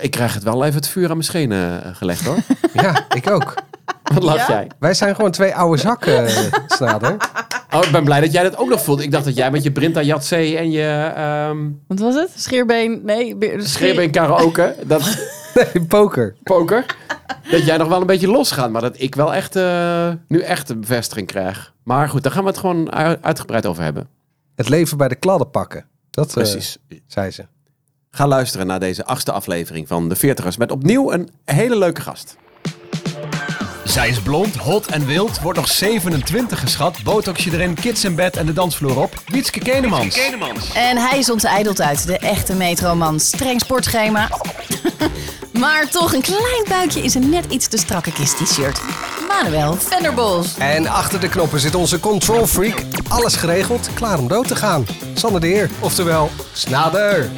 ik krijg het wel even het vuur aan mijn schenen eh, gelegd hoor. Ja, ik ook. Wat lach Ja? jij? Wij zijn gewoon twee oude zakken, eh, Snader. Oh, ik ben blij dat jij dat ook nog voelt. Ik dacht dat jij met je Brinta Jatzee en je ehm Wat was het? Scheerbeen? Nee, be- schreeuwen karaoke, dat Nee, poker. poker, dat jij nog wel een beetje losgaat. Maar dat ik wel echt, eh, nu echt een bevestiging krijg. Maar goed, daar gaan we het gewoon u- uitgebreid over hebben. Het leven bij de kladden pakken. Dat eh, Precies. zei ze. Ga luisteren naar deze achtste aflevering van De Veertigers met opnieuw een hele leuke gast. Zij is blond, hot en wild, wordt nog 27 geschat, botoxje erin, kids in bed en de dansvloer op. Wietske Kenemans. En hij is onteideld uit, de echte metroman. Streng sportschema. maar toch een klein buikje is een net iets te strakke kist t-shirt. Manuel Venderbos. En achter de knoppen zit onze control freak. Alles geregeld, klaar om dood te gaan. Sanne de Heer, oftewel Snader.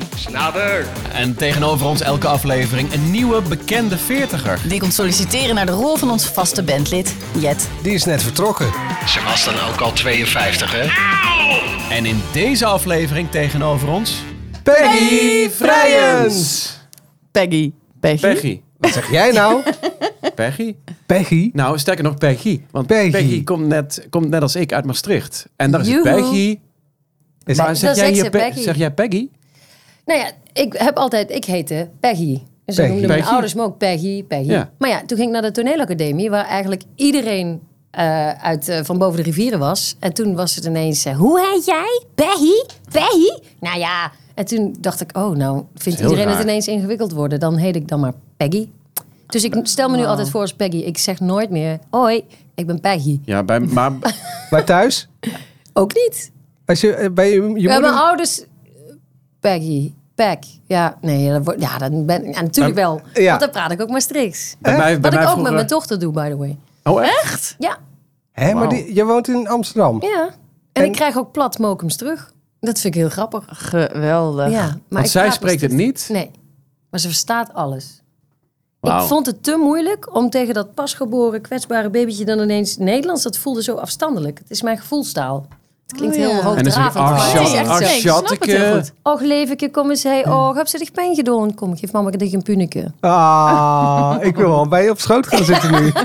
En tegenover ons elke aflevering een nieuwe bekende veertiger. Die komt solliciteren naar de rol van ons vaste bandlid, Jet. Die is net vertrokken. Ze was dan ook al 52, hè? En in deze aflevering tegenover ons... Peggy Vrijens. Vrijens! Peggy. Peggy. Hm? Peggy. Wat zeg jij nou? Peggy? Peggy? Nou, sterker nog Peggy. Want Peggy. Peggy, komt, net, komt net als ik uit Maastricht. En daar is het Joehoe. Peggy. Is Maar Dan zeg jij, zegt hier ze Pe- Peggy. zeg jij Peggy? Nou ja, ik heb altijd, ik heette Peggy. En ze Peggy. noemden mijn Peggy. ouders me ook Peggy, Peggy. Ja. Maar ja, toen ging ik naar de toneelacademie, waar eigenlijk iedereen eh, uit eh, van boven de rivieren was. En toen was het ineens, eh, hoe heet jij? Peggy? Peggy? Nou ja, en toen dacht ik, oh nou, vindt heel iedereen raar. het ineens ingewikkeld worden? Dan heet ik dan maar Peggy. Dus ik stel me nu Nou. altijd voor als Peggy. Ik zeg nooit meer, hoi, ik ben Peggy. Ja, bij, maar Maar thuis? Ook niet. Als je, eh, bij je, je Ja, moeder- mijn ouders... eh, Peggy. Peg. Ja, nee, dat wordt, ja, dat ben, ja, natuurlijk wel. ja. Want dan praat ik ook Maastrichts. bij mij, bij Wat ik mij ook vroeger- met mijn dochter doe, by the way. Oh, echt? Ja, Hè, maar Wauw. die, je woont in Amsterdam. ja. En, ik krijg ook plat mokums terug. Dat vind ik heel grappig. Geweldig. Ja, maar Want ik zij praat spreekt het niet. Nee, maar ze verstaat alles. Wauw. Ik vond het te moeilijk om tegen dat pasgeboren, kwetsbare babytje dan ineens Nederlands. Dat voelde zo afstandelijk. Het is mijn gevoelstaal. Het klinkt Oh, ja. heel En dan zeg hoogdravend. je, ach, maar het is schat, echt ach, eh, zo. Ik snap het schatteke. heel goed. Och, leventje, kom eens heen. Och, heb ze zich pijn gedaan? Kom, geef mama een een puneke. Ah, ik wil wel bij je op schoot gaan zitten nu. Oké.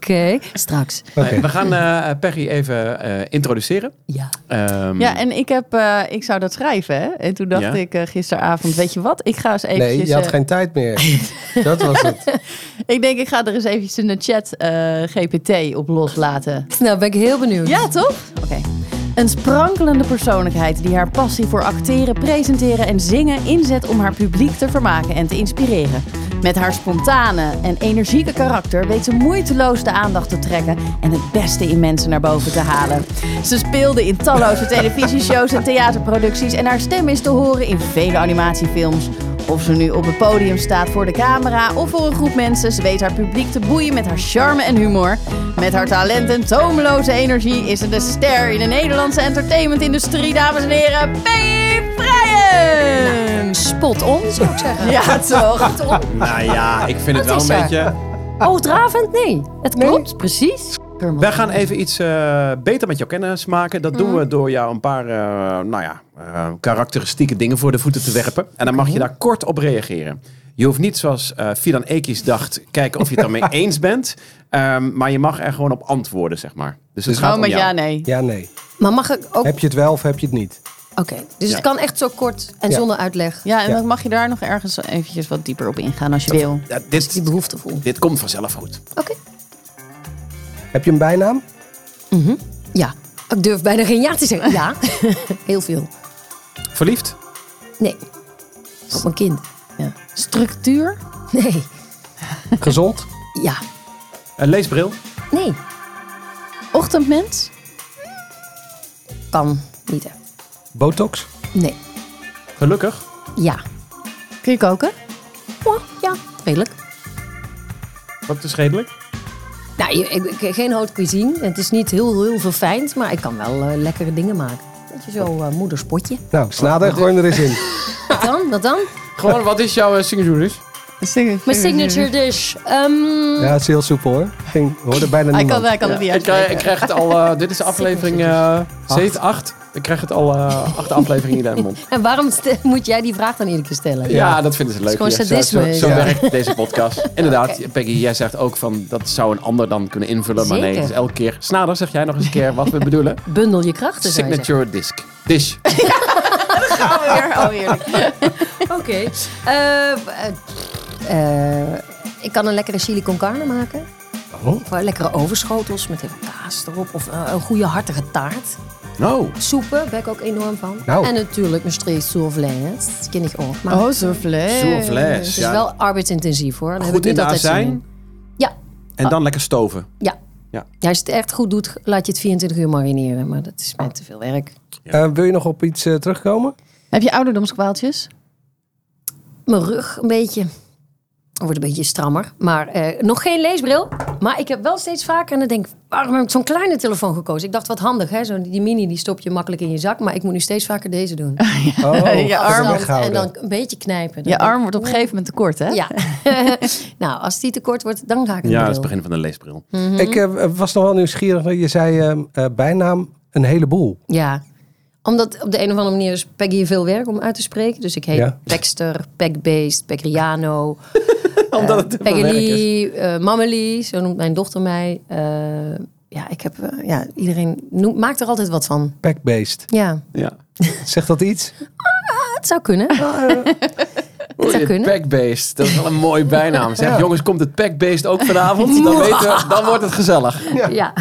Oké, straks. Nee, we gaan eh, Peggy even eh, introduceren. Ja. Ehm, Ja, en ik, heb, eh, ik zou dat schrijven, hè? En toen dacht Ja. ik eh, gisteravond, weet je wat? Ik ga eens eventjes... Nee, je had eh, geen tijd meer. Dat was het. Ik denk, ik ga er eens eventjes in de chat eh, GPT op loslaten. Nou, ben ik heel benieuwd. Ja, toch? Oké. Een sprankelende persoonlijkheid die haar passie voor acteren, presenteren en zingen inzet om haar publiek te vermaken en te inspireren. Met haar spontane en energieke karakter weet ze moeiteloos de aandacht te trekken en het beste in mensen naar boven te halen. Ze speelde in talloze televisieshows en theaterproducties en haar stem is te horen in vele animatiefilms. Of ze nu op het podium staat voor de camera of voor een groep mensen, ze weet haar publiek te boeien met haar charme en humor. Met haar talent en toomloze energie is ze de ster in de Nederlandse entertainmentindustrie, dames en heren. Peggy Vrijens! Spot on, zou ik zeggen. Ja, toch? Spot Nou ja, ik vind het wel Wat een is er? beetje... on. Hoogdravend? Oh, Nee. Het klopt, precies. Wij gaan even iets eh, beter met jou kennis maken. Dat doen we door jou een paar eh, nou ja, eh, karakteristieke dingen voor de voeten te werpen. En dan mag je daar kort op reageren. Je hoeft niet zoals eh Fidan Ekis dacht, kijken of je het daarmee eens bent. Ehm, maar je mag er gewoon op antwoorden, zeg maar. Dus het gaat oh, Gewoon om met jou. ja, nee. Ja, nee. Maar mag ik ook... Heb je het wel of heb je het niet? Oké, dus Ja. het kan echt zo kort en Ja. zonder uitleg. Ja, en Ja. dan mag je daar nog ergens eventjes wat dieper op ingaan als je wil. Ja, dit, Die behoefte voel. dit komt vanzelf goed. Oké. Heb je een bijnaam? Ja. Ik durf bijna geen ja te zeggen. Ja. heel veel. Verliefd? Nee. Op mijn kind. Ja. Structuur? Nee. Gezond? Ja. Een leesbril? Nee. Ochtendmens? Kan. Niet echt. Botox? Nee. Gelukkig? Ja. Kun je koken? Oh, ja. Redelijk. Wat is redelijk? Nou, je- ik, ik- geen haute cuisine. Het is niet heel, heel verfijnd, maar ik kan wel eh, lekkere dingen maken. Beetje zo eh, moederspotje. Nou, Snader, gooi hem er eens in. Wat dan? Wat dan? Gewoon, wat is jouw eh, signature? Mijn signature dish. Ehm, Ja, het is heel soepel hoor. Ging, hoorde bijna Hij niemand. kan, hij kan het niet Ik krijg, uitspreken. ik krijg het al, eh, dit is aflevering 7, 8. Ik krijg het al eh acht afleveringen in de mond. En waarom stel- moet jij die vraag dan iedere keer stellen? Ja, dat vinden ze leuk. gewoon ja. Zo- sadisme, Zo, zo, ja. werkt deze podcast. Inderdaad, Peggy, jij zegt ook van dat zou een ander dan kunnen invullen. Maar nee, Zeker. het is elke keer. Snader, zeg jij nog eens een keer wat we bedoelen? Bundel je krachten, zou je zeggen. Signature disc. Dish. Oh, Alweer, alweer. Oké. Eh, eh, eh, ik kan een lekkere chili con carne maken. Oh. Of eh, lekkere overschotels met even kaas erop. Of eh, een goede hartige taart. No. Soepen ben ik ook enorm van. Nou. En natuurlijk mijn streek souvlairs. Dat ken ik ook. Maar Oh, soufflé. Dus het Soufflés. is Ja. wel arbeidsintensief hoor. Daar heb ik Goed in niet de altijd zin azijn in. Ja, en dan lekker stoven. ja. Ja. Ja, als je het echt goed doet, laat je het 24 uur marineren. Maar dat is mij te veel werk. Eh, wil je nog op iets eh, terugkomen? Heb je ouderdomskwaaltjes? Mijn rug een beetje. Wordt een beetje strammer. Maar eh, nog geen leesbril. Maar ik heb wel steeds vaker. En dan denk ik, waarom heb ik zo'n kleine telefoon gekozen? Ik dacht, wat handig hè. Zo, die mini die stop je makkelijk in je zak. Maar ik moet nu steeds vaker deze doen. Oh, Je Afstand arm, en weghouden. dan een beetje knijpen. Dan Je denk arm wordt op een gegeven moment te kort, hè? ik, Ja. nou, als die te kort wordt, dan ga ik een Ja, dat is het bril. begin van de leesbril. Hm. Ik eh, was nog wel nieuwsgierig. Je zei eh, eh, bijnaam een heleboel. Ja, omdat op de een of andere manier is Peggy veel werk om uit te spreken. Dus ik heet Ja. Pegster, Pegbeest, Pegriano, Omdat het te veel werk is. Peggy, eh Mammelie, zo noemt mijn dochter mij. Eh, ja, ik heb, eh, ja, iedereen noemt, maakt er altijd wat van. Packbeest. Ja, Ja. Zegt dat iets? het zou kunnen. Oei, zou het kunnen. Packbeest. Dat is wel een mooie bijnaam. Zeg, jongens, komt het Packbeest ook vanavond? Dan, weten we, dan wordt het gezellig. ja.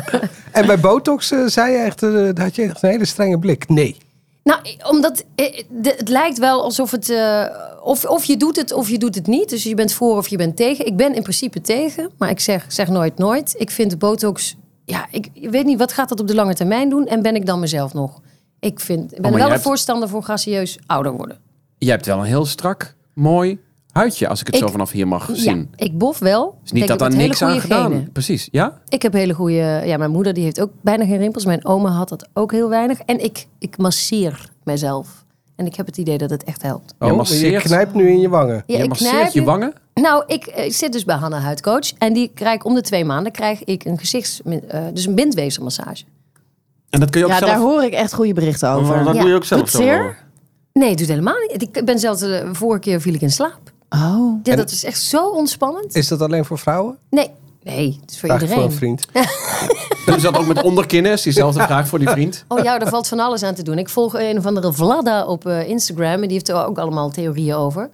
En bij botox eh, zei je echt, eh, daar had je echt een hele strenge blik. Nee. Nou, eh, omdat eh, de- het lijkt wel alsof het. eh, of, of je doet het of je doet het niet. Dus je bent voor of je bent tegen. Ik ben in principe tegen, maar ik zeg, zeg nooit nooit. Ik vind botox. Ja, ik, ik weet niet, wat gaat dat op de lange termijn doen? En ben ik dan mezelf nog? Ik vind, jij ik ben wel een Oh, hebt- voorstander voor gracieus ouder worden. Je hebt wel een heel strak, mooi huidje, als ik het Ik- zo vanaf hier mag Ja, zien. ik bof wel. Dus niet Ik denk dat ik daar heb hele niks aan goede gedaan. genen. Precies, ja? Ik heb hele goede. Ja, mijn moeder die heeft ook bijna geen rimpels. Mijn oma had dat ook heel weinig. En ik, ik masseer mezelf. En ik heb het idee dat het echt helpt. Je Oh, maar je masseert- knijpt nu in je wangen. Ja, je ik masseert knijp je nu- wangen? Nou, ik, eh, zit dus bij Hanna Huidcoach. En die krijg om de twee maanden krijg ik een gezichts... eh, dus een bindweefselmassage. En dat kun je ook Ja, zelf... daar hoor ik echt goede berichten over. Maar dat Ja. doe je ook zelf Doet zo. zeer? hoor. Nee, doet helemaal niet. Ik ben zelfs... eh, De vorige keer viel ik in slaap. Oh. Ja, dat is echt zo ontspannend. Is dat alleen voor vrouwen? Nee, nee, het is voor Vraag ik voor iedereen. een vriend. Doen ze dat ook met onderkinners? Diezelfde vraag voor die vriend. Oh ja, daar valt van alles aan te doen. Ik volg een of andere Vlada op eh, Instagram. En die heeft er ook allemaal theorieën over.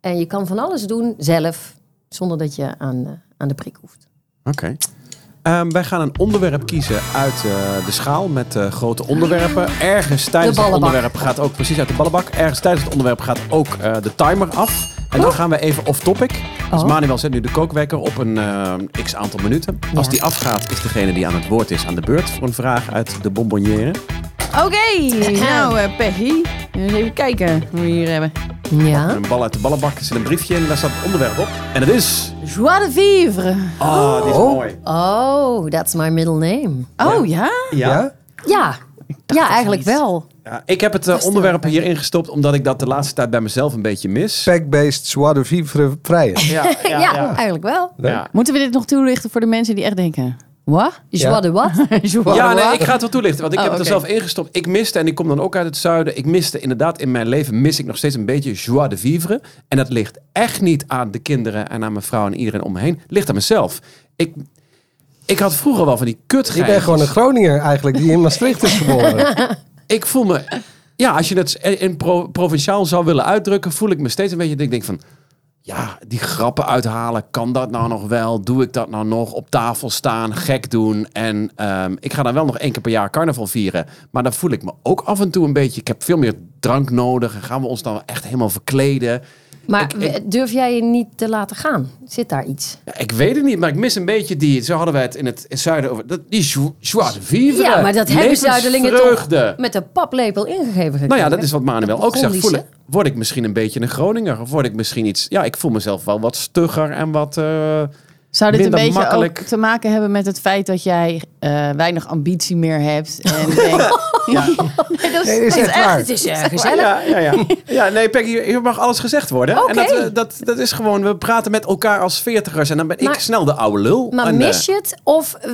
En je kan van alles doen zelf. Zonder dat je aan, eh, aan de prik hoeft. Oké. Ehm, wij gaan een onderwerp kiezen uit eh, de schaal met eh, grote onderwerpen. Ergens tijdens De het ballenbak. onderwerp gaat ook, precies uit de ballenbak, ergens tijdens het onderwerp gaat ook eh, de timer af. En dan gaan we even off-topic. Dus Oh. Manuel zet nu de kookwekker op een eh, x aantal minuten. Als die afgaat, is degene die aan het woord is aan de beurt voor een vraag uit de bonbonnière. Oké, nou eh, Peggy. Eens even kijken wat we hier hebben. Ja. Een bal uit de ballenbak, er zit een briefje in en daar staat het onderwerp op. En dat is... Joie de vivre. Ah, dit is mooi. Oh, that's my middle name. Oh ja? Ja. Ja? Ja, ja eigenlijk wel. Ja, ik heb het eh, onderwerp hier ingestopt omdat ik dat de laatste tijd bij mezelf een beetje mis. Pack-based joie de vivre vrije. Ja, Ja, eigenlijk wel. Ja. Moeten we dit nog toelichten voor de mensen die echt denken... Wat? Joie de wat? Joie Ja, de nee, wat? ik ga het wel toelichten. Want ik Oh, heb het er oké. zelf ingestopt. Ik miste, en ik kom dan ook uit het zuiden. Ik miste inderdaad in mijn leven mis ik nog steeds een beetje joie de vivre. En dat ligt echt niet aan de kinderen en aan mijn vrouw en iedereen om me heen. Ligt aan mezelf. Ik, ik had vroeger wel van die kut. Ik ben gewoon een Groninger eigenlijk, die in Maastricht is geboren. Ik voel me. Ja, als je het in pro- provinciaal zou willen uitdrukken, voel ik me steeds een beetje. dat Ik denk van. Ja, die grappen uithalen, kan dat nou nog wel? Doe ik dat nou nog? Op tafel staan, gek doen. En ehm, ik ga dan wel nog één keer per jaar carnaval vieren. Maar dan voel ik me ook af en toe een beetje. Ik heb veel meer drank nodig. En gaan we ons dan echt helemaal verkleden? Maar Ik- ik- durf jij je niet te laten gaan? Zit daar iets? Ja, ik weet het niet, maar ik mis een beetje die. Zo hadden wij het in het, in het zuiden over. dat- Die jo- joie de vivre. Ja, maar dat hebben Zuiderlingen toch Levensvreugde. met de paplepel ingegeven. Nou ja, gekregen? dat is wat Manuel Dat ook zegt. Grondisch, Voel ik- word ik misschien een beetje een Groninger? Of word ik misschien iets... Ja, ik voel mezelf wel wat stugger en wat... eh, Zou dit een minder beetje makkelijk- ook te maken hebben met het feit dat jij eh, weinig ambitie meer hebt? En denkt, Nee, is echt waar. Het is eh, gezellig. Ja, ja, ja. ja nee, Peggy, hier- hier mag alles gezegd worden. Oké. En dat, eh, dat, dat is gewoon, we praten met elkaar als veertigers. En dan ben Maar- ik snel de oude lul. Maar en, eh, mis je het? Of eh,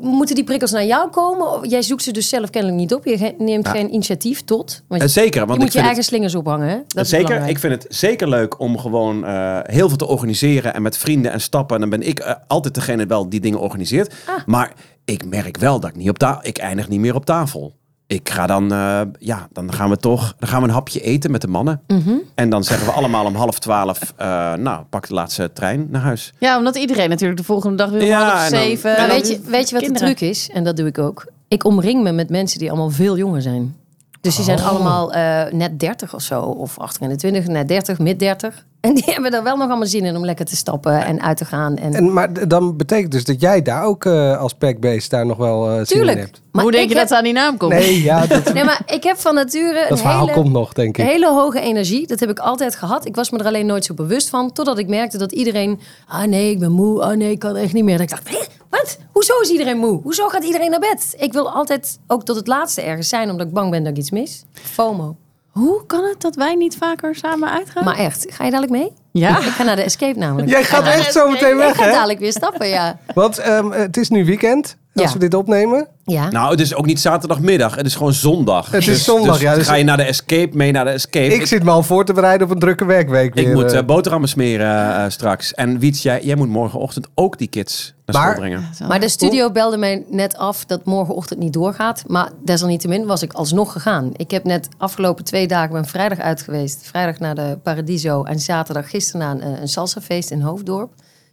moeten die prikkels naar jou komen? Of, jij zoekt ze dus zelf kennelijk niet op. Je ge- neemt geen initiatief tot. Want eh, zeker, je want moet ik je vind eigen slingers ophangen. Hè? Dat is zeker, belangrijk. ik vind het zeker leuk om gewoon eh, heel veel te organiseren en met vrienden en stappen. En dan ben ik eh, altijd degene wel die dingen organiseert. Ah. Maar ik merk wel dat ik niet op tafel, ik eindig niet meer op tafel. Ik ga dan, eh, ja, dan gaan we toch, dan gaan we een hapje eten met de mannen. Mhm. En dan zeggen we allemaal om half twaalf, eh, nou, pak de laatste trein naar huis. ja, omdat iedereen natuurlijk de volgende dag weer om Ja, half en dan- zeven. Maar Nou, dan Eh, weet je, weet je wat kinderen. de truc is? En dat doe ik ook. Ik omring me met mensen die allemaal veel jonger zijn. Dus die zijn allemaal eh, net 30 of zo. Of 28, net 30, mid 30. En die hebben er wel nog allemaal zin in om lekker te stappen en uit te gaan. En, En, maar d- dan betekent dus dat jij daar ook eh, als packbase daar nog wel eh zin in tuurlijk. hebt. Maar Hoe denk ik je heb- dat ze aan die naam komt? Nee, ja, dat, Nee, maar ik heb van nature een dat verhaal hele, komt nog, denk ik. hele hoge energie. Dat heb ik altijd gehad. Ik was me er alleen nooit zo bewust van. Totdat ik merkte dat iedereen... Ah nee, ik ben moe. Ah nee, ik kan echt niet meer. Dat ik dacht, "Hè? wat? Hoezo is iedereen moe? Hoezo gaat iedereen naar bed? Ik wil altijd ook tot het laatste ergens zijn... omdat ik bang ben dat ik iets mis. FOMO. Hoe kan het dat wij niet vaker samen uitgaan? Maar echt, ga je dadelijk mee? Ja. Ik ga naar de escape namelijk. Ah. Jij gaat echt zo meteen Ik weg, ga hè? dadelijk weer stappen, ja. Want ehm, het is nu weekend, als Ja. we dit opnemen. Ja. Nou, het is ook niet zaterdagmiddag. Het is gewoon zondag. Het is zondag, dus ja, dus- ga je naar de escape, mee naar de escape. Ik zit me al voor te bereiden op een drukke werkweek weer. Ik moet eh. eh, boterhammen smeren eh, straks. En Wiets, jij, jij moet morgenochtend ook die kids naar Maar- school brengen. Maar de studio belde mij net af dat morgenochtend niet doorgaat. Maar desalniettemin was ik alsnog gegaan. Ik heb net afgelopen twee dagen ben vrijdag uit geweest. Vrijdag naar de Paradiso en zaterdag gisteren naar een, eh, een salsafeest in Hoofddorp.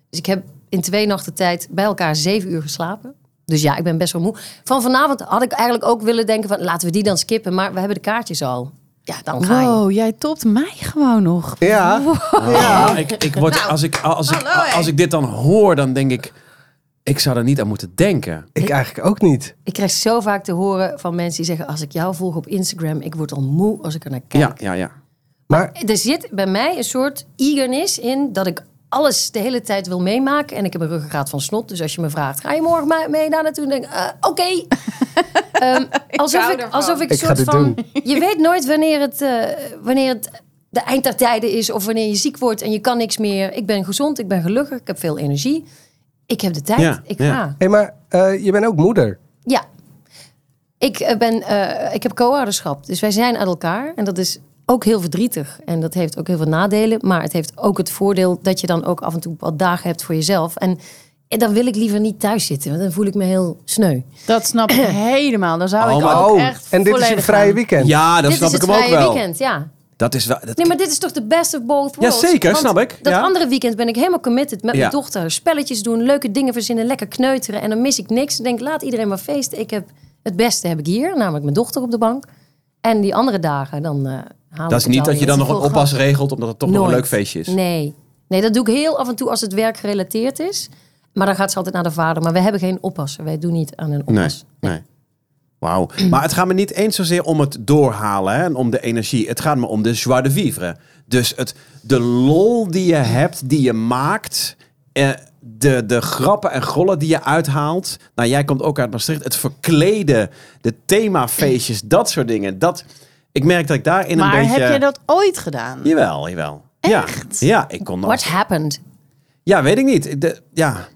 Dus ik heb in twee nachten tijd bij elkaar zeven uur geslapen. Dus ja, ik ben best wel moe. Van vanavond had ik eigenlijk ook willen denken van laten we die dan skippen. Maar we hebben de kaartjes al. Ja, dan ga je. Wow, jij topt mij gewoon nog. ja, Ah, ik, ik word, Nou, als, ik, als, ik, als ik dit dan hoor, dan denk ik... Ik zou er niet aan moeten denken. ik eigenlijk ook niet. Ik krijg zo vaak te horen van mensen die zeggen als ik jou volg op Instagram. Ik word al moe als ik er naar kijk. Ja, ja, ja. Maar er zit bij mij een soort eagerness in dat ik alles de hele tijd wil meemaken. En ik heb een ruggengraat van snot. Dus als je me vraagt, ga je morgen ma- mee daar naartoe? Dan denk ik, eh, oké. Ehm, alsof, ik, alsof ik een Ik ga soort dit van... doen. Je weet nooit wanneer het, eh, wanneer het de eind der tijden is... of wanneer je ziek wordt en je kan niks meer. Ik ben gezond, ik ben gelukkig, ik heb veel energie. Ik heb de tijd, Ja, ik ja. ga. Hé, maar eh, je bent ook moeder. Ja. Ik, eh, ben, eh, ik heb co-ouderschap. Dus wij zijn uit elkaar. En dat is ook heel verdrietig. En dat heeft ook heel veel nadelen. Maar het heeft ook het voordeel dat je dan ook af en toe wat dagen hebt voor jezelf. En, en dan wil ik liever niet thuis zitten. Want dan voel ik me heel sneu. Dat snap ik helemaal. Dan zou Oh, ik maar- ook echt en dit is volledig je vrije gaan. weekend. Ja, dat dit snap is ik het hem ook vrije wel. weekend, ja. Dat is wel... dat- Nee, maar dit is toch de best of both worlds? zeker, Want snap ik, Dat ja. andere weekend ben ik helemaal committed met Ja. mijn dochter. Spelletjes doen, leuke dingen verzinnen, lekker kneuteren. En dan mis ik niks. Ik denk, laat iedereen maar feesten. Ik heb het beste heb ik hier, namelijk mijn dochter op de bank. En die andere dagen, dan eh haal ik dat is het niet wel dat je weer. dan nog een Veel oppas grap. regelt, omdat het toch nog een Nooit. leuk feestje is. Nee. nee, dat doe ik heel af en toe als het werk gerelateerd is. Maar dan gaat ze altijd naar de vader. Maar we hebben geen oppassen. Wij doen niet aan een Nee, oppas. nee. Wauw. Maar het gaat me niet eens zozeer om het doorhalen hè, en om de energie. Het gaat me om de joie de vivre. Dus het, de lol die je hebt, die je maakt. Eh, de, de grappen en gollen die je uithaalt. Nou, jij komt ook uit Maastricht. Het verkleden, de themafeestjes, dat soort dingen. Dat, ik merk dat ik daarin Maar een beetje... heb je dat ooit gedaan? Jawel, jawel. Echt? Ja, ja, ik kon dat. What happened? Ja, weet ik niet. De, ja.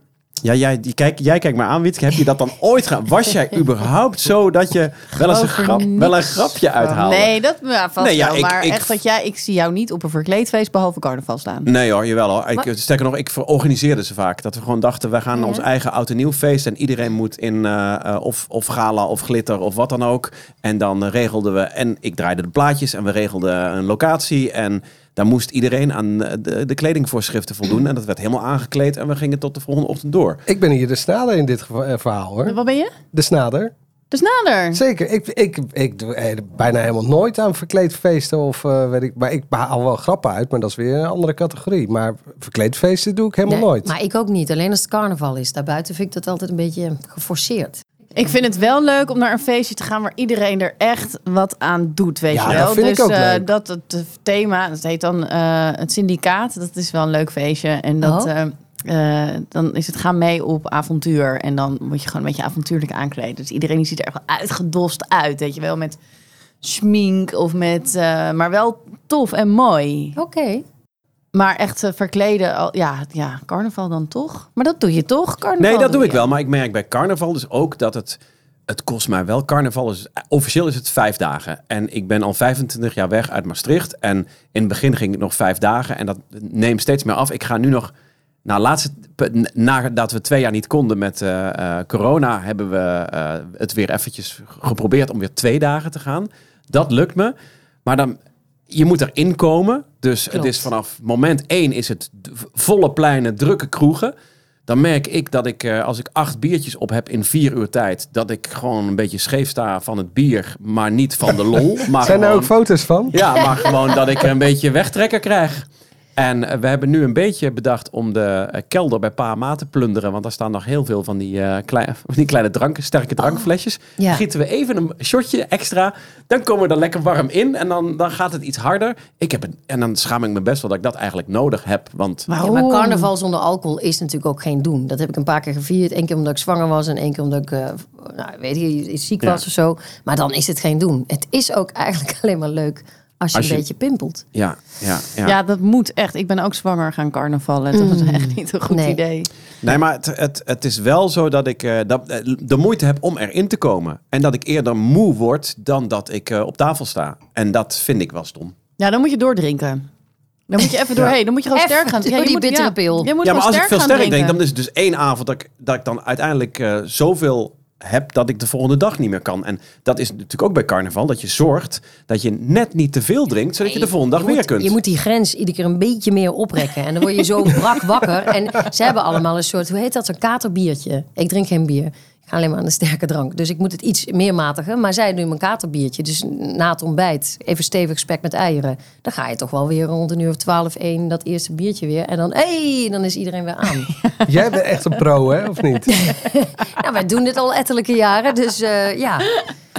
Ja, jij, die, kijk, jij kijkt me aan, Wietke. Heb je dat dan ooit gedaan? Was jij überhaupt zo dat je wel eens een, Geloof er grap, niks wel een grapje uithaalde? Nee, dat ja, vast Nee, ja, wel. ik- maar ik- echt dat jij, ik zie jou niet op een verkleedfeest behalve carnaval staan. Nee hoor, jawel hoor. Ik, eh, sterker nog, ik organiseerde ze vaak. Dat we gewoon dachten, we gaan ons eigen oud en nieuw feest. En iedereen moet in eh, eh, of, of gala of glitter of wat dan ook. En dan eh, regelden we, en ik draaide de plaatjes en we regelden een locatie. En daar moest iedereen aan eh, de, de kledingvoorschriften voldoen. En dat werd helemaal aangekleed en we gingen tot de volgende ochtend door. Ik ben hier de snader in dit geva- eh, verhaal, hoor. Wat ben je? De snader. Dus nader. Zeker. Ik, ik, ik doe eh, bijna helemaal nooit aan verkleedfeesten of eh, weet ik. Maar ik haal wel grappen uit, maar dat is weer een andere categorie. Maar verkleedfeesten doe ik helemaal Nee, nooit. Maar ik ook niet. Alleen als het carnaval is. Daarbuiten vind ik dat altijd een beetje geforceerd. Ik vind het wel leuk om naar een feestje te gaan waar iedereen er echt wat aan doet, weet Ja, je wel. dat vind ik dus ook eh, leuk. dat het thema, dat heet dan eh, het syndicaat. Dat is wel een leuk feestje en dat Oh. eh, eh, dan is het ga mee op avontuur. En dan moet je gewoon een beetje avontuurlijk aankleden. Dus iedereen die ziet er echt wel uitgedost uit. Weet je wel, met schmink of met... eh, maar wel tof en mooi. Oké. Maar echt eh, verkleden, al, ja, ja, carnaval dan toch? Maar dat doe je toch? Carnaval Nee, dat doe je. ik wel. Maar ik merk bij carnaval dus ook dat het... Het kost mij wel. Carnaval is... Officieel is het vijf dagen. En ik ben al 25 jaar weg uit Maastricht. En in het begin ging het nog vijf dagen. En dat neemt steeds meer af. Ik ga nu nog... Nou, laatste, nadat we twee jaar niet konden met eh, eh, corona... hebben we eh, het weer eventjes geprobeerd om weer twee dagen te gaan. Dat lukt me. Maar dan... Je moet erin komen. Dus het Klopt. is vanaf moment één is het d- volle pleinen, drukke kroegen dan merk ik dat ik, eh, als ik acht biertjes op heb in vier uur tijd, dat ik gewoon een beetje scheef sta van het bier, maar niet van de lol. Maar Zijn er gewoon- ook foto's van? Ja, maar gewoon dat ik een beetje wegtrekker krijg. En eh, we hebben nu een beetje bedacht om de eh, kelder bij Pa Ma te plunderen. Want daar staan nog heel veel van die, eh, klei- van die kleine dranken, sterke drankflesjes. Oh, Ja. Gieten we even een shotje extra. Dan komen we er lekker warm in. En dan, dan gaat het iets harder. Ik heb een, en dan schaam ik me best wel dat ik dat eigenlijk nodig heb. Want Ja, maar carnaval zonder alcohol is natuurlijk ook geen doen. Dat heb ik een paar keer gevierd. Eén keer omdat ik zwanger was en één keer omdat ik eh, nou, weet je, iets ziek Ja. was of zo. Maar dan is het geen doen. Het is ook eigenlijk alleen maar leuk als je Als een je- beetje pimpelt. ja, ja, Ja. dat moet echt. Ik ben ook zwanger gaan carnavallen. Dat was echt niet een goed Mm. Nee. idee. Nee, maar het, het, het is wel zo dat ik eh, dat, eh, de moeite heb om erin te komen. En dat ik eerder moe word dan dat ik eh, op tafel sta. En dat vind ik wel stom. Ja, dan moet je doordrinken. Dan moet je even doorheen. Dan moet je gewoon Even sterk gaan. door die je moet, bittere pil. Je moet ja, maar gewoon als ik veel gaan sterk denk, drinken. dan is het dus één avond dat ik, dat ik dan uiteindelijk eh, zoveel heb dat ik de volgende dag niet meer kan. En dat is natuurlijk ook bij carnaval, dat je zorgt dat je net niet te veel drinkt, zodat je de volgende dag je weer moet, kunt. Je moet die grens iedere keer een beetje meer oprekken. En dan word je zo brak wakker. En ze hebben allemaal een soort, hoe heet dat, een katerbiertje. Ik drink geen bier. Ik ga alleen maar aan de sterke drank. Dus ik moet het iets meer matigen. Maar zij doen een katerbiertje. Dus na het ontbijt, even stevig spek met eieren. Dan ga je toch wel weer rond een uur of twaalf, één, dat eerste biertje weer. En dan, hé, hey, dan is iedereen weer aan. Jij bent echt een pro, hè? Of niet? nou, wij doen dit al ettelijke jaren. Dus eh, ja.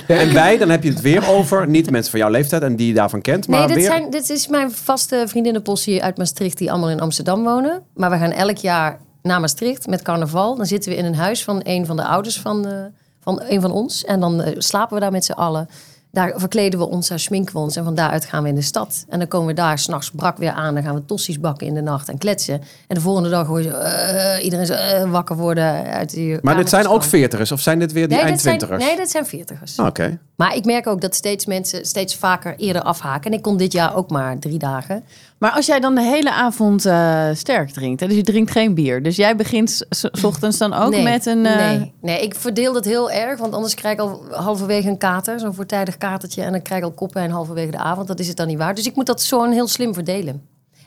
En wij, dan heb je het weer over, niet mensen van jouw leeftijd en die je daarvan kent, maar Nee, dit, weer... zijn, dit is mijn vaste vriendinnenpost hier uit Maastricht... die allemaal in Amsterdam wonen. Maar we gaan elk jaar naar Maastricht met carnaval. Dan zitten we in een huis van een van de ouders van, eh, van een van ons. En dan eh, slapen we daar met z'n allen. Daar verkleden we ons, daar schminken we ons. En van daaruit gaan we in de stad. En dan komen we daar s'nachts brak weer aan. Dan gaan we tossies bakken in de nacht en kletsen. En de volgende dag hoor je zo, eh, iedereen zo, eh, wakker worden. Uit die maar dit kamers zijn ook van- veertigers, of zijn dit weer die Nee, dit zijn, eindtwintigers? nee, dit zijn veertigers. Ah, Oké. Maar ik merk ook dat steeds mensen steeds vaker eerder afhaken. En ik kon dit jaar ook maar drie dagen. Maar als jij dan de hele avond eh, sterk drinkt, hè, dus je drinkt geen bier. Dus jij begint s- s ochtends dan ook Nee, met een. eh, nee, nee, ik verdeel dat heel erg. Want anders krijg ik al halverwege een kater. Zo'n voortijdig katertje. En dan krijg ik al koppijn halverwege de avond. Dat is het dan niet waar. Dus ik moet dat zo heel slim verdelen.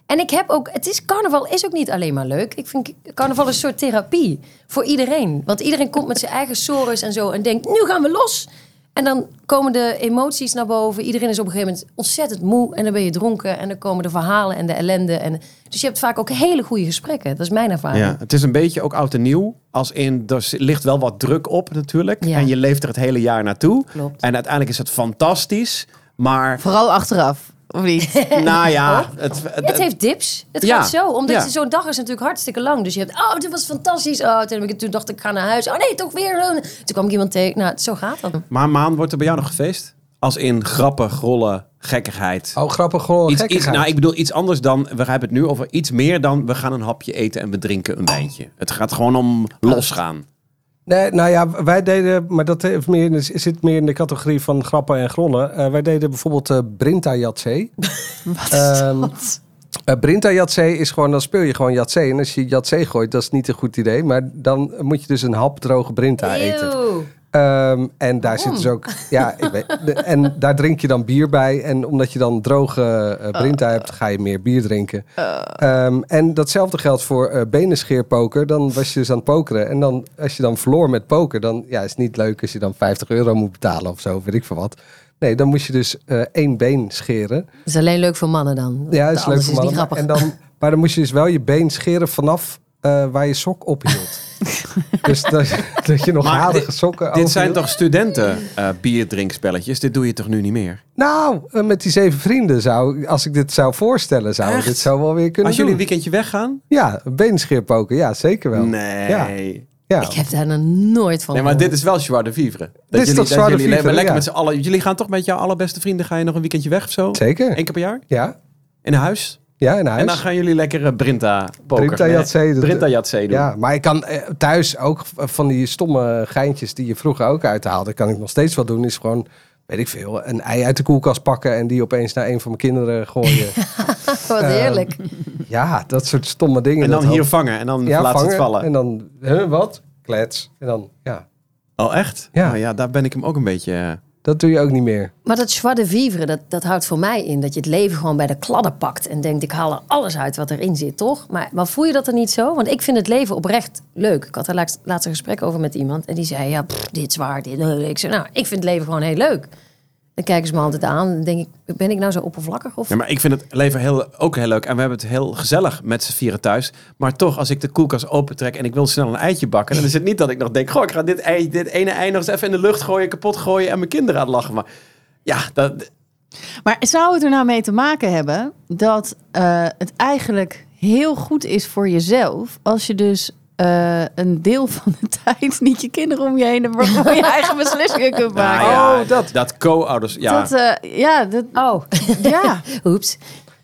En ik heb ook... Het is, carnaval is ook niet alleen maar leuk. Ik vind carnaval een soort therapie. Voor iedereen. Want iedereen komt met zijn eigen sores en zo. En denkt, nu gaan we los. En dan komen de emoties naar boven. Iedereen is op een gegeven moment ontzettend moe. En dan ben je dronken. En dan komen de verhalen en de ellende. En, dus je hebt vaak ook hele goede gesprekken. Dat is mijn ervaring. Ja, het is een beetje ook oud en nieuw. Als in, er z- ligt wel wat druk op natuurlijk. Ja. En je leeft er het hele jaar naartoe. Klopt. En uiteindelijk is het fantastisch. Maar Vooral achteraf, of niet? nou ja, het, het- Het heeft dips. Het Ja. gaat zo. Omdat Ja. zo'n dag is natuurlijk hartstikke lang. Dus je hebt, oh, dit was fantastisch. Oh, toen, heb ik, toen dacht ik, ik ga naar huis. Oh nee, toch weer. Toen kwam ik iemand tegen. Nou, zo gaat dat. maar Maan, wordt er bij jou nog gefeest? Als in grappen, rollen, gekkigheid. Oh, grappig iets, gewoon. iets, gekkigheid. nou, ik bedoel iets anders dan, we hebben het nu over iets meer dan... we gaan een hapje eten en we drinken een wijntje. Het gaat gewoon om Oh. losgaan. Nee, nou ja, wij deden, maar dat heeft meer, in de- zit meer in de categorie van grappen en grollen. Eh, wij deden bijvoorbeeld eh Brinta Jatzee. Wat is Ehm, dat? Eh, Brinta Jatzee is gewoon, dan speel je gewoon Jatzee. En als je Jatzee gooit, dat is niet een goed idee. Maar dan moet je dus een hap droge Brinta eten. Eeuw. Ehm, en daar zit dus ook, ja, ik weet- de- en daar drink je dan bier bij. En omdat je dan droge eh, Brinta hebt, ga je meer bier drinken. Ehm, en datzelfde geldt voor eh benenscheerpoker. Dan was je dus aan het pokeren. En dan, als je dan verloor met poker, dan ja, is het niet leuk als je dan 50 euro moet betalen of zo, weet ik veel wat. Nee, dan moest je dus eh, één been scheren. Dat is alleen leuk voor mannen dan. Ja, dat Anders is leuk voor niet mannen. grappig. En dan, maar dan moest je dus wel je been scheren vanaf eh, waar je sok ophield. dus dat, dat je nog Maar halige dit- sokken Dit zijn overhield. toch studenten eh, bierdrinkspelletjes? Dit doe je toch nu niet meer? Nou, eh, met die zeven vrienden zou, als ik dit zou voorstellen, zou ik Echt? dit zou wel weer kunnen Als jullie een doen. weekendje weggaan? Ja, beenscheer poken, ja, zeker wel. Nee. Ja, ja. Ik heb daar nog nooit van Nee, maar dit gehoord. is wel Joie de Vivre. Dat Dit is jullie, toch dat Joie de jullie alleen Vivre, maar lekker ja. met z'n allen. Jullie gaan toch met jouw allerbeste vrienden ga je nog een weekendje weg of zo? Zeker. Eén keer per jaar? Ja, In huis? ja, in huis. En dan gaan jullie lekker eh, Brinta poker. Brinta Nee, Yatzee, dat- Brinta Yatzee doen. Ja, maar ik kan eh, thuis ook v- van die stomme geintjes die je vroeger ook uithaalde, kan ik nog steeds wel doen. Is gewoon, weet ik veel, een ei uit de koelkast pakken en die opeens naar een van mijn kinderen gooien. Wat heerlijk. ja, dat soort stomme dingen. En dan dat hier helpt. vangen en dan ja, laat ze vangen het vallen. En dan, huh, wat? Klets. En dan, ja, Oh, echt? Ja. Oh, ja, daar ben ik hem ook een beetje... eh, dat doe je ook niet meer. Maar dat joie de vivre, dat, dat houdt voor mij in dat je het leven gewoon bij de kladden pakt. En denkt, ik haal er alles uit wat erin zit, toch? Maar, maar voel je dat er niet zo? Want ik vind het leven oprecht leuk. Ik had daar laatst, laatst een gesprek over met iemand. En die zei, ja, pff, dit is waar, dit eh. Ik zei, nou, ik vind het leven gewoon heel leuk. Dan kijken ze me altijd aan en denk ik, ben ik nou zo oppervlakkig? Of... Ja, maar ik vind het leven heel, ook heel leuk. En we hebben het heel gezellig met z'n vieren thuis. Maar toch, als ik de koelkast opentrek en ik wil snel een eitje bakken... dan is het niet dat ik nog denk... Goh, ik ga dit, ei, dit ene ei nog eens even in de lucht gooien, kapot gooien... en mijn kinderen aan het lachen. Maar ja, dat, Maar zou het er nou mee te maken hebben dat eh, het eigenlijk heel goed is voor jezelf als je dus eh, een deel van de tijd niet je kinderen om je heen hebt, maar gewoon je eigen beslissingen kunt maken? nou ja, Oh, dat. dat co-ouders... Ja. Dat, eh, ja, dat, Oh, ja. oeps.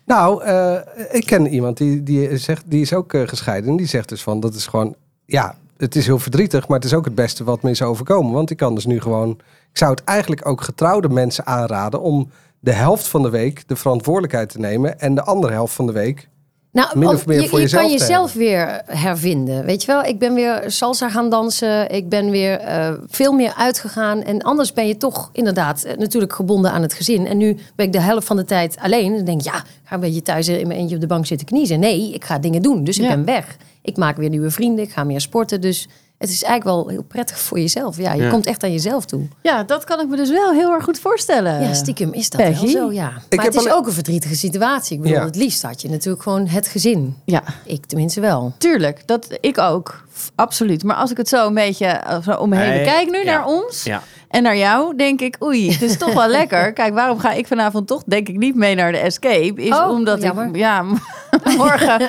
Nou, eh, ik ken iemand die, die, zegt, die is ook eh, gescheiden. En die zegt dus van, dat is gewoon... Ja, het is heel verdrietig, maar het is ook het beste wat me is overkomen. Want ik kan dus nu gewoon... Ik zou het eigenlijk ook getrouwde mensen aanraden... om de helft van de week de verantwoordelijkheid te nemen... en de andere helft van de week... Nou, Min om- of meer je, voor je jezelf kan te jezelf weer hervinden. Weet je wel, ik ben weer salsa gaan dansen. Ik ben weer eh, veel meer uitgegaan. En anders ben je toch inderdaad eh, natuurlijk gebonden aan het gezin. En nu ben ik de helft van de tijd alleen. Dan denk ik, ja, ga een beetje thuis in mijn eentje op de bank zitten kniezen. Nee, ik ga dingen doen. Dus ik Ja. ben weg. Ik maak weer nieuwe vrienden. Ik ga meer sporten. Dus het is eigenlijk wel heel prettig voor jezelf. Ja, je Ja. komt echt aan jezelf toe. ja, dat kan ik me dus wel heel erg goed voorstellen. Ja, stiekem is dat Peggy? wel zo, ja. heb Maar het is alleen- ook een verdrietige situatie. Ik bedoel, Ja. het liefst had je natuurlijk gewoon het gezin. Ja, Ik tenminste wel. tuurlijk. Dat, ik ook. F- Absoluut. Maar als ik het zo een beetje eh, zo om me heen Hey, kijk nu ja. naar ons Ja. en naar jou, denk ik, oei, het is toch wel lekker. Kijk, waarom ga ik vanavond toch, denk ik, niet mee naar de escape? Is Oh, omdat ik, jammer. ja, morgen...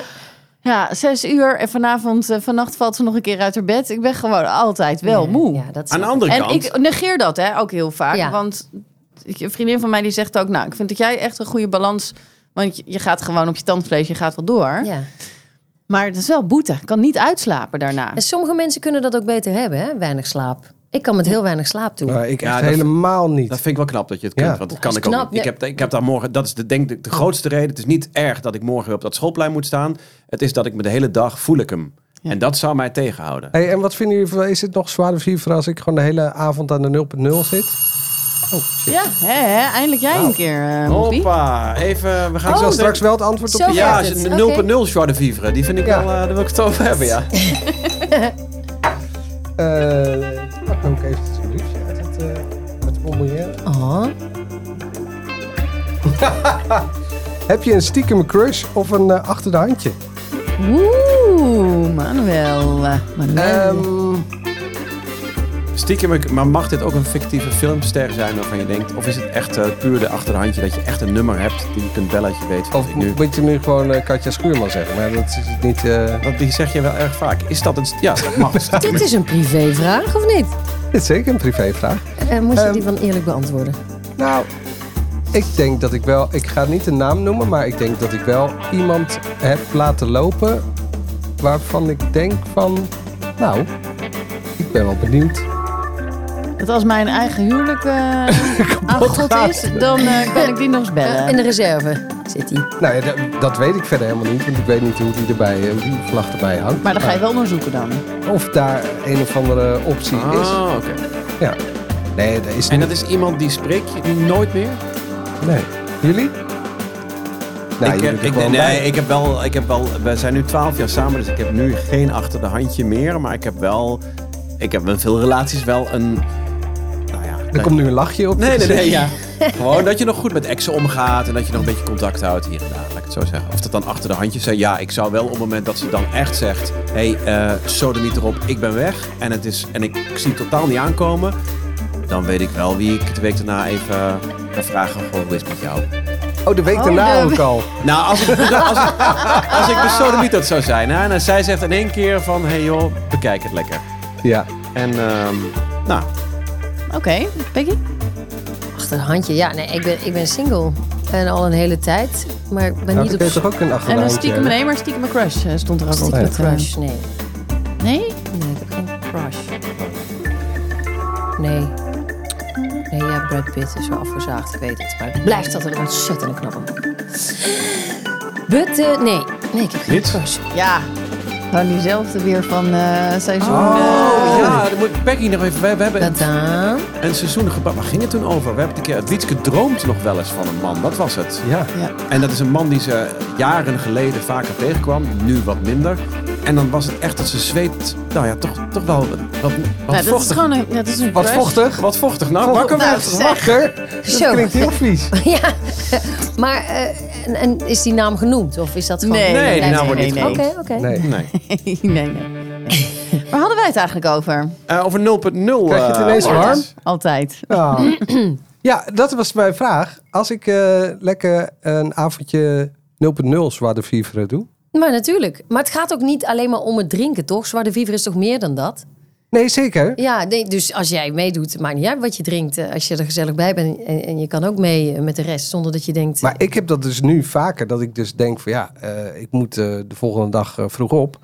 Ja, zes uur en vanavond, eh, vannacht valt ze nog een keer uit haar bed. Ik ben gewoon altijd wel moe. Ja, dat is Aan de andere En kant... ik negeer dat hè, ook heel vaak. Ja. Want een vriendin van mij die zegt ook... nou, ik vind dat jij echt een goede balans... want je- je gaat gewoon op je tandvlees, je gaat wel door. Ja. Maar het is wel boete. Ik kan niet uitslapen daarna. En sommige mensen kunnen dat ook beter hebben, hè? weinig slaap. Ik kan met heel weinig slaap doen. Nou, ik Ja, echt dat- helemaal niet. Dat vind ik wel knap dat je het kunt, Ja. want dat kan Dat is ik ook knap, niet. Ik nee. heb, ik heb daar morgen, dat is de, denk ik de grootste reden. Het is niet erg dat ik morgen weer op dat schoolplein moet staan. Het is dat ik me de hele dag voel ik hem. En dat zou mij tegenhouden. Hey, en wat vinden jullie, van- is het nog zwaar of voor als ik gewoon de hele avond aan de 0.0 zit? Oh, shit. Ja, hè, hè, eindelijk Nou, jij een keer, eh, Moppie. Hoppa, even, we gaan Ik Oh, zo zal straks wel Oh, het antwoord op Zo die gaat Ja, het. ze- Oké. 0.0 Joie de Vivre, die vind ik Ja. wel, eh, daar wil ik het over hebben, ja. Eh, pak dan ook even het briefje uit het, eh uit het bonbonnière. Oh, Heb je een stiekem crush of een eh, achter de handje? Oeh, Manuel. eh, Manuel. Ehm, Stiekem, ik- maar mag dit ook een fictieve filmster zijn waarvan je denkt... of is het echt eh, puur de achterhandje dat je echt een nummer hebt... die je kunt bellen als je weet van of ik nu... moet je nu gewoon eh, Katja Schuurman zeggen? Maar dat is het niet... eh, Want die zeg je wel erg vaak. Is dat een... st- Ja, dat mag. dit is een privévraag, of niet? dit is zeker een privévraag. Eh moet je Ehm. die van eerlijk beantwoorden? Nou, ik denk dat ik wel... Ik ga niet een naam noemen, maar ik denk dat ik wel iemand heb laten lopen... waarvan ik denk van... Nou, ik ben wel benieuwd. dat als mijn eigen huwelijk eh aan God is, dan eh, kan ik die nog eens bellen. In de reserve zit hij. Nou ja, dat, dat weet ik verder helemaal niet, want ik weet niet hoe die, erbij, eh, hoe die vlag erbij hangt. maar dan ga je wel naar zoeken dan. Of daar een of andere optie is. Ah, oké. Ja. Nee, dat is En niet. dat is iemand die spreek je nooit meer? Nee. Jullie? Nou, ik, jullie heb, doen ik, gewoon nee, bij. ik heb wel, ik heb wel, we zijn nu twaalf jaar samen, dus ik heb nu geen achter de handje meer. Maar ik heb wel, ik heb in veel relaties wel een, nou ja, Er komt nu een lachje op. Nee, nee, nee. Ja. Gewoon dat je nog goed met exen omgaat en dat je nog een beetje contact houdt hier en daar. Laat ik het zo zeggen. Of dat dan achter de handjes zijn. Ja, ik zou wel op het moment dat ze dan echt zegt: hé, hey, eh sodemiet erop, ik ben weg. En, het is, en ik zie het totaal niet aankomen. Dan weet ik wel wie ik de week daarna even eh, ga vragen: goh, hoe is het met jou? Oh, de week daarna de- ook al. Nou, als ik, als, als ik de sodemiet dat zou zijn. Hè, en dan zij zegt in één keer: van, hé hey joh, bekijk het lekker. Ja. En, ehm, nou, Oké, Peggy? Achter een handje. Ja, nee, ik ben, ik ben single. En al een hele tijd. Maar ik ben Nou, niet dan op kun je zoek toch ook een En achternaam. Eh, een stiekem, nee, maar stiekem een crush eh, stond er ook naar altijd. crush. Nee. Nee? Nee, ik heb geen Crush. Nee. Nee, ja, Brad Pitt is wel afgezaagd, ik weet het. Maar het blijft altijd een ontzettend knappe man. But, eh, nee. Nee, ik heb geen Niet? crush. Ja. Nou, diezelfde weer van eh, seizoen. Oh, eh, ja, dan moet Peggy nog even. We, we hebben een, Tadaa. een seizoen gebracht. Waar ging het toen over? We hebben het een keer. Het Wietske droomt nog wel eens van een man. Dat was het. Ja. ja. Nou, En dat is een man die ze jaren geleden vaker tegenkwam. Nu wat minder. En dan was het echt dat ze zweet. Nou ja, toch, toch wel wat, wat Nou, dat is vochtig. gewoon een, dat is een Wat crush. vochtig. Wat vochtig. Nou, Wat wakker Nou, werd. zeg. Wakker. Dat Zo. klinkt heel vies. ja, maar eh, en, en is die naam genoemd? Of is dat gewoon... Nee, Nee, die nee, nou naam wordt nee, niet nee, Oké, genoemd. oké. Nee. Nee. nee, nee. nee. Waar hadden wij het eigenlijk over? Eh, over 0.0. Krijg je het eh, ineens wordt warm? Altijd. Ja. Ah. ja, dat was mijn vraag. Als ik eh, lekker een avondje 0.0 Zwaar de Vivre doe. Maar natuurlijk. Maar het gaat ook niet alleen maar om het drinken, toch? Zwarte Viever is toch meer dan dat? Nee, zeker. Ja, nee, dus als jij meedoet, maakt niet uit wat je drinkt. eh, Als je er gezellig bij bent en, en je kan ook mee eh, met de rest, zonder dat je denkt... Maar ik heb dat dus nu vaker. Dat ik dus denk van ja, eh, ik moet eh, de volgende dag eh, vroeg op.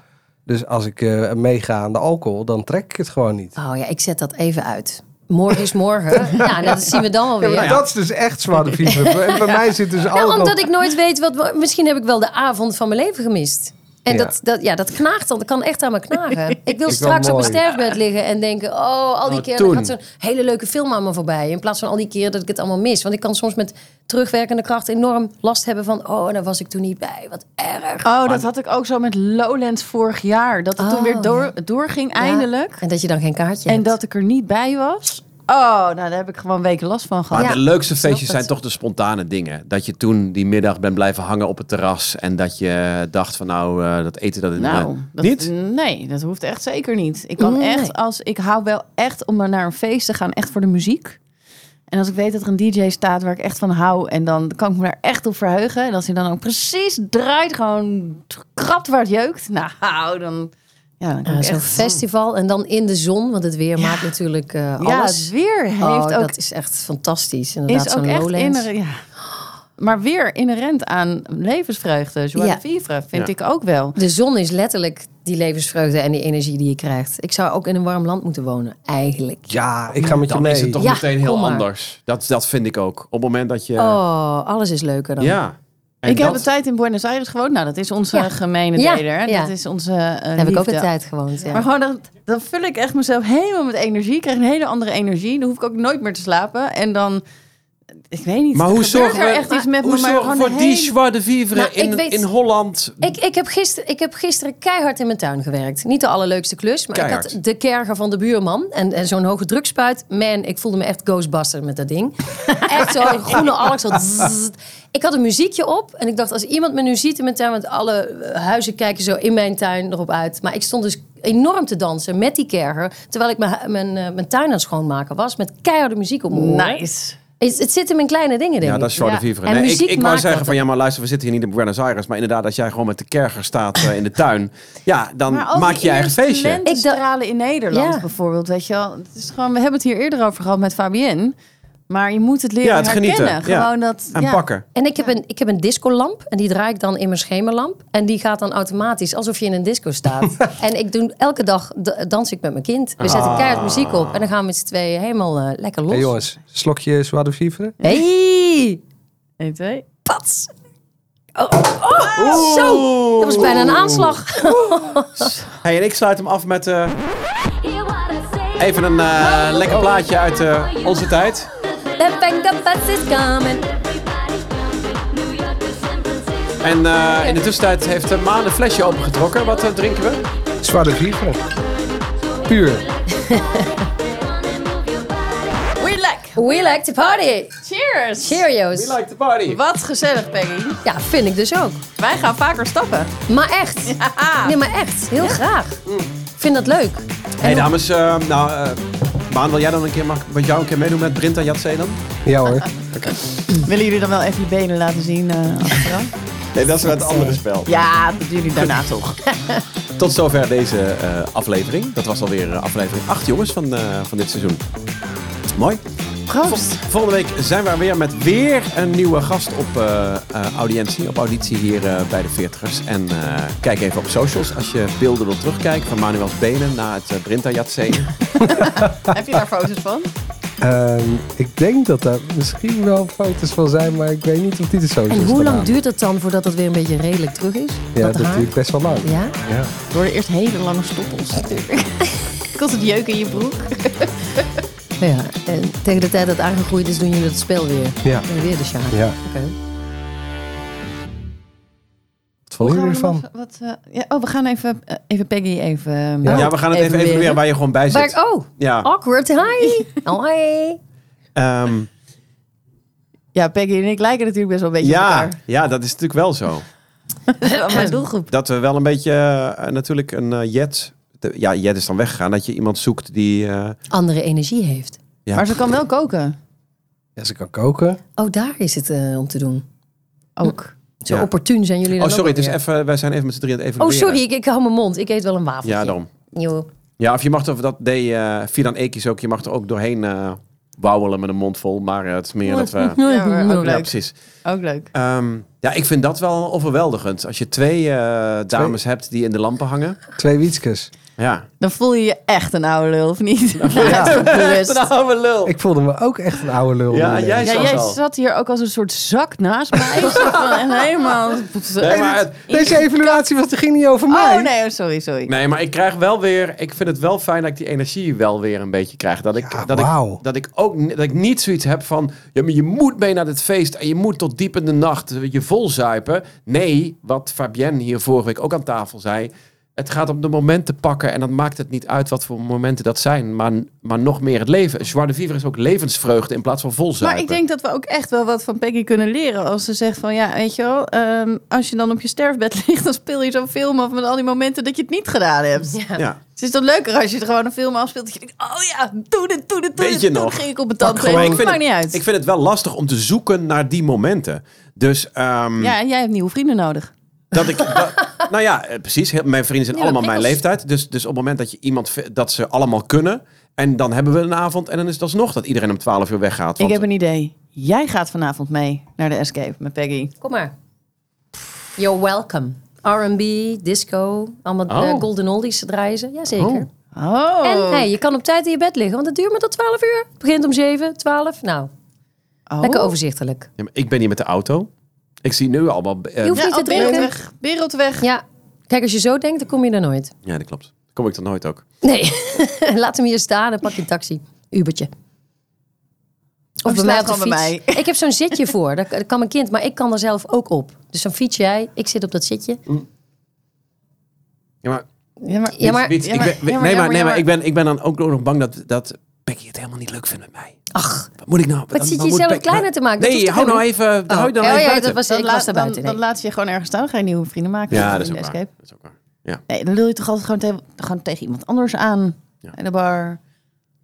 Dus als ik eh, meega aan de alcohol, dan trek ik het gewoon niet. Oh ja, ik zet dat even uit. Morgen is morgen. ja, nou, dat zien we dan alweer. Ja, maar weer. Dat is dus echt Zwaar de Vivre. En bij mij zit dus nou, alcohol. omdat ik nooit weet wat. Misschien heb ik wel de avond van mijn leven gemist. En Ja. dat, dat, ja, dat knaagt dan. Dat kan echt aan me knagen. Ik wil wel straks op mijn mooi. sterfbed liggen en denken... oh, al die Oh, keer toen. gaat zo'n hele leuke film aan me voorbij. In plaats van al die keer dat ik het allemaal mis. Want ik kan soms met terugwerkende kracht enorm last hebben van... oh, daar was ik toen niet bij. Wat erg. Oh, dat had ik ook zo met Lowlands vorig jaar. Dat het toen Oh, weer door, doorging Ja. eindelijk. En dat je dan geen kaartje En hebt. dat ik er niet bij was. Oh, nou daar heb ik gewoon weken last van Maar gehad. Ja, de leukste ik snap feestjes het. zijn toch de spontane dingen. Dat je toen die middag bent blijven hangen op het terras. En dat je dacht van nou, eh, dat eten dat... Nou, dat, niet? Nee, dat hoeft echt zeker niet. Ik kan Nee. echt, als ik hou wel echt om naar een feest te gaan, echt voor de muziek. En als ik weet dat er een DJ staat waar ik echt van hou, en dan kan ik me daar echt op verheugen. En als hij dan ook precies draait, gewoon krapt waar het jeukt. Nou, dan, ja, dan kan Ja, ik Zo'n echt. festival en dan in de zon. Want het weer maakt natuurlijk eh, ja, alles. het weer heeft Oh, ook dat is echt fantastisch. Inderdaad, is ook zo'n echt Lowlands. inherent- ja. Maar weer inherent aan levensvreugde, joie Ja. de vivre, vind Ja. ik ook wel. De zon is letterlijk die levensvreugde en die energie die je krijgt. Ik zou ook in een warm land moeten wonen, eigenlijk. Ja, ik ga met je Dan mee. is het toch Ja, meteen heel kom maar. anders. Dat, dat vind ik ook. Op het moment dat je... Oh, alles is leuker dan. Ja. En ik dat- heb een tijd in Buenos Aires gewoond. Nou, dat is onze Ja. gemene Ja, deler. ja. Dat is onze eh, Daar heb ik ook liefde. een tijd gewoond. Ja. Maar gewoon, dan, dan vul ik echt mezelf helemaal met energie. Ik krijg een hele andere energie. Dan hoef ik ook nooit meer te slapen. En dan, ik weet niet. Maar er hoe gebeurt zorgen er we echt iets met me, hoe maar zorgen we gewoon voor die heel- joie de vivre Nou, ik in, weet- in Holland? Ik, ik, heb gister, ik heb gisteren keihard in mijn tuin gewerkt. Niet de allerleukste klus, maar ik Keihard. had de kerger van de buurman. En, en zo'n hoge drukspuit. Man, ik voelde me echt Ghostbuster met dat ding. echt zo'n groene Alex. zo zzzt. Ik had een muziekje op. En ik dacht, als iemand me nu ziet in mijn tuin... want alle eh, huizen kijken zo in mijn tuin erop uit. Maar ik stond dus enorm te dansen met die kerger... terwijl ik mijn, hu- mijn, eh, mijn tuin aan het schoonmaken was... met keiharde muziek op mijn oren. Nice. Het, het zit hem in kleine dingen, denk Ja, dat ik. is joie Ja. de vivre. En Nee, ik, muziek ik wou maakt zeggen dat van ja, maar luister, we zitten hier niet in Buenos Aires. Maar inderdaad, als jij gewoon met de kerger staat eh, in de tuin. Ja, dan Maar ook maak die je je eigen eerste feestje. Ik dacht- lentestralen in Nederland Ja. bijvoorbeeld, weet je wel. Het is gewoon, we hebben het hier eerder over gehad met Fabienne. Maar je moet het leren Ja, het genieten. herkennen. Ja. Gewoon dat, En ja. pakken. En ik heb, een, ik heb een discolamp en die draai ik dan in mijn schemerlamp. En die gaat dan automatisch, alsof je in een disco staat. en ik doe elke dag d- dans ik met mijn kind. We zetten keihard muziek op en dan gaan we met z'n tweeën helemaal eh, lekker los. Ah. Hey, jongens, slokje Zwaar de Vivre. Hey, Eén, twee. pats! Oh, oh, oh, zo! Dat was bijna een aanslag. Hey, en ik sluit hem af met eh, even Even een eh, lekker plaatje uit eh, onze tijd. The bang, the bus is coming. En eh, in de tussentijd heeft eh, Maan een flesje opengetrokken. Wat eh, drinken we? Zwaar de Vivre. Puur. We like. We like to party. Cheers! Cheerios. like the party. Wat gezellig, Peggy. Ja, vind ik dus ook. Wij gaan vaker stappen. Maar echt. Haha. Nee, maar echt. Heel graag. Mm. Ik vind dat leuk. Hey dames, eh, nou, eh, Maan, wil jij dan een keer, mag ik met jou een keer meedoen met Brinta Jatzee dan? Ja hoor. Willen jullie dan wel even je benen laten zien eh, achteraf? Nee, dat is wel het Eh, andere spel. Ja, dat doen jullie daarna toch. Tot zover deze eh, aflevering. Dat was alweer eh, aflevering 8, jongens, van, eh, van dit seizoen. Mooi. Proost! Vol- volgende week zijn we er weer met weer een nieuwe gast op eh, eh, audiëntie. Op auditie hier eh, bij de Veertigers. En eh, kijk even op socials als je beelden wilt terugkijken van Manuels benen na het eh, Brinta Jatzee. Oh, Heb je daar foto's van? Ehm, ik denk dat daar misschien wel foto's van zijn, maar ik weet niet of die er zo zijn. En hoe lang duurt het dan voordat het weer een beetje redelijk terug is? Ja, dat haar? duurt best wel lang. Ja? Ja. Door de eerst hele lange stoppels natuurlijk. Komt het jeuk in je broek? Ja. En tegen de tijd dat het aangegroeid is, doen jullie dat spel weer. Ja. Ben je weer de Sjaak. Ja. Oké. Wat vonden jullie Gaan we ervan? nog wat, eh, ja, oh, we gaan even, eh, even Peggy even... eh, Ja. Ja, we gaan het even Evalueren. evalueren waar je gewoon bij Waar zit. ik- oh, Ja. awkward. Hi. Oh, Hi. Ehm, Ja, Peggy en ik lijken natuurlijk best wel een beetje op ja, elkaar. ja, dat is natuurlijk wel zo. Dat is wel mijn doelgroep. Dat we wel een beetje eh, natuurlijk een eh, Jet. de- ja, Jet is dan weggegaan. Dat je iemand zoekt die. eh, Andere energie heeft. ja. Maar ze kan wel koken. Ja, ze kan koken. Oh, daar is het eh, om te doen. Ook. Zo Ja. opportun zijn jullie dan Oh, sorry. ook Het is alweer. even, wij zijn even met z'n drieën aan het Oh, evalueren. sorry. Ik, ik hou mijn mond. Ik eet wel een wafeltje. Ja, daarom. Jo. Ja, of je mag er, dat deed eh Fidan Ekis ook, je mag er ook doorheen eh wauwelen met een mond vol. Maar eh, het is meer dat we... Ja, maar ook Ja, leuk. precies. Ook leuk. Ehm, ja, ik vind dat wel overweldigend. Als je twee eh, dames hebt die in de lampen hangen. Twee wietskes. Ja. Dan voel je je echt een oude lul, of niet? Ja, bewust. Nou, oude lul. Ik voelde me ook echt een oude lul. Ja, nu. jij Ja, zat jij al. zat hier ook als een soort zak naast mij. Zo van, en helemaal... Nee maar, het- Deze evaluatie was, die ging niet over mij. Oh nee, oh, sorry, sorry. nee, maar ik krijg wel weer... Ik vind het wel fijn dat ik die energie wel weer een beetje krijg. Dat ik, Ja, dat wauw. ik, dat ik ook ni- dat ik niet zoiets heb van... Ja, maar je moet mee naar dit feest en je moet tot diep in de nacht je volzuipen. Nee, wat Fabienne hier vorige week ook aan tafel zei... Het gaat om de momenten pakken en dan maakt het niet uit wat voor momenten dat zijn. Maar, maar nog meer het leven. Joie de vivre is ook levensvreugde in plaats van volzuipen. Maar ik denk dat we ook echt wel wat van Peggy kunnen leren. Als ze zegt van ja, weet je wel, ehm, als je dan op je sterfbed ligt, dan speel je zo'n film af met al die momenten dat je het niet gedaan hebt. Ja. Het is toch leuker als je er gewoon een film afspeelt. Dat je denkt, oh ja, doe dit, doe dit, doe Weet dit. je Toen nog? ging ik op mijn tand. Pak gewoon. Het Ik vind maakt het- niet uit. Ik vind het wel lastig om te zoeken naar die momenten. Dus ehm, Ja, en jij hebt nieuwe vrienden nodig. dat ik. dat- nou ja, eh, precies. Heel- Mijn vrienden zijn Ja, allemaal mijn prikkels. leeftijd. Dus, dus op het moment dat je iemand v- dat ze allemaal kunnen. En dan hebben we een avond. En dan is het alsnog dat iedereen om 12 uur weggaat. Ik Want- heb een idee. Jij gaat vanavond mee naar de escape met Peggy. Kom maar. You're welcome. R&B, disco, allemaal eh, Oh. golden oldies draaien ze. Jazeker. Oh. Oh. En hey, je kan op tijd in je bed liggen, want het duurt maar tot 12 uur. Het begint om 7, 12. Nou, Oh. lekker overzichtelijk. Ja, maar ik ben hier met de auto. Ik zie nu allemaal. eh, Je hoeft Ja, niet oh, te drinken. Wereldweg. Wereldweg. Ja, kijk, als je zo denkt, dan kom je er nooit. ja, dat klopt. Kom ik dan nooit ook. Nee, laat hem hier staan en pak je een taxi. Ubertje. Of je mij staat op de gewoon bij fiets. Ik heb zo'n zitje voor. Daar daar kan mijn kind, maar ik kan er zelf ook op. Dus dan fiets jij, ik zit op dat zitje. Ja, maar. Ja, maar, Ja, maar- Wiets, ja, ik maar- ben- ja, maar- Nee, maar ja, maar- nee, maar ja, maar- ik ben- ik ben dan ook nog bang dat. dat Becky het helemaal niet leuk vindt met mij. Ach, Wat moet ik nou? Wat zit je moet jezelf Becky- kleiner te maken? Dat hoeft Nee, toch hou nou helemaal even. oh, Hou je dan oh, even ja, buiten. dat was, Dan, ik laat- was daar dan- buiten. dan nee. laat je je gewoon ergens staan. Dan ga je nieuwe vrienden maken. Ja, Van dat is ook de waar. escape. Dat is ook waar. Nee, dan lul je toch altijd gewoon, te- gewoon tegen iemand anders aan. Ja. In de bar.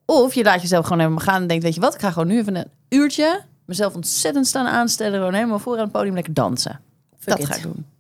Of je laat jezelf gewoon helemaal gaan en denkt, weet je wat, ik ga gewoon nu even een uurtje mezelf ontzettend staan aanstellen. Gewoon helemaal voor aan het podium lekker dansen. dat it. ga ik doen.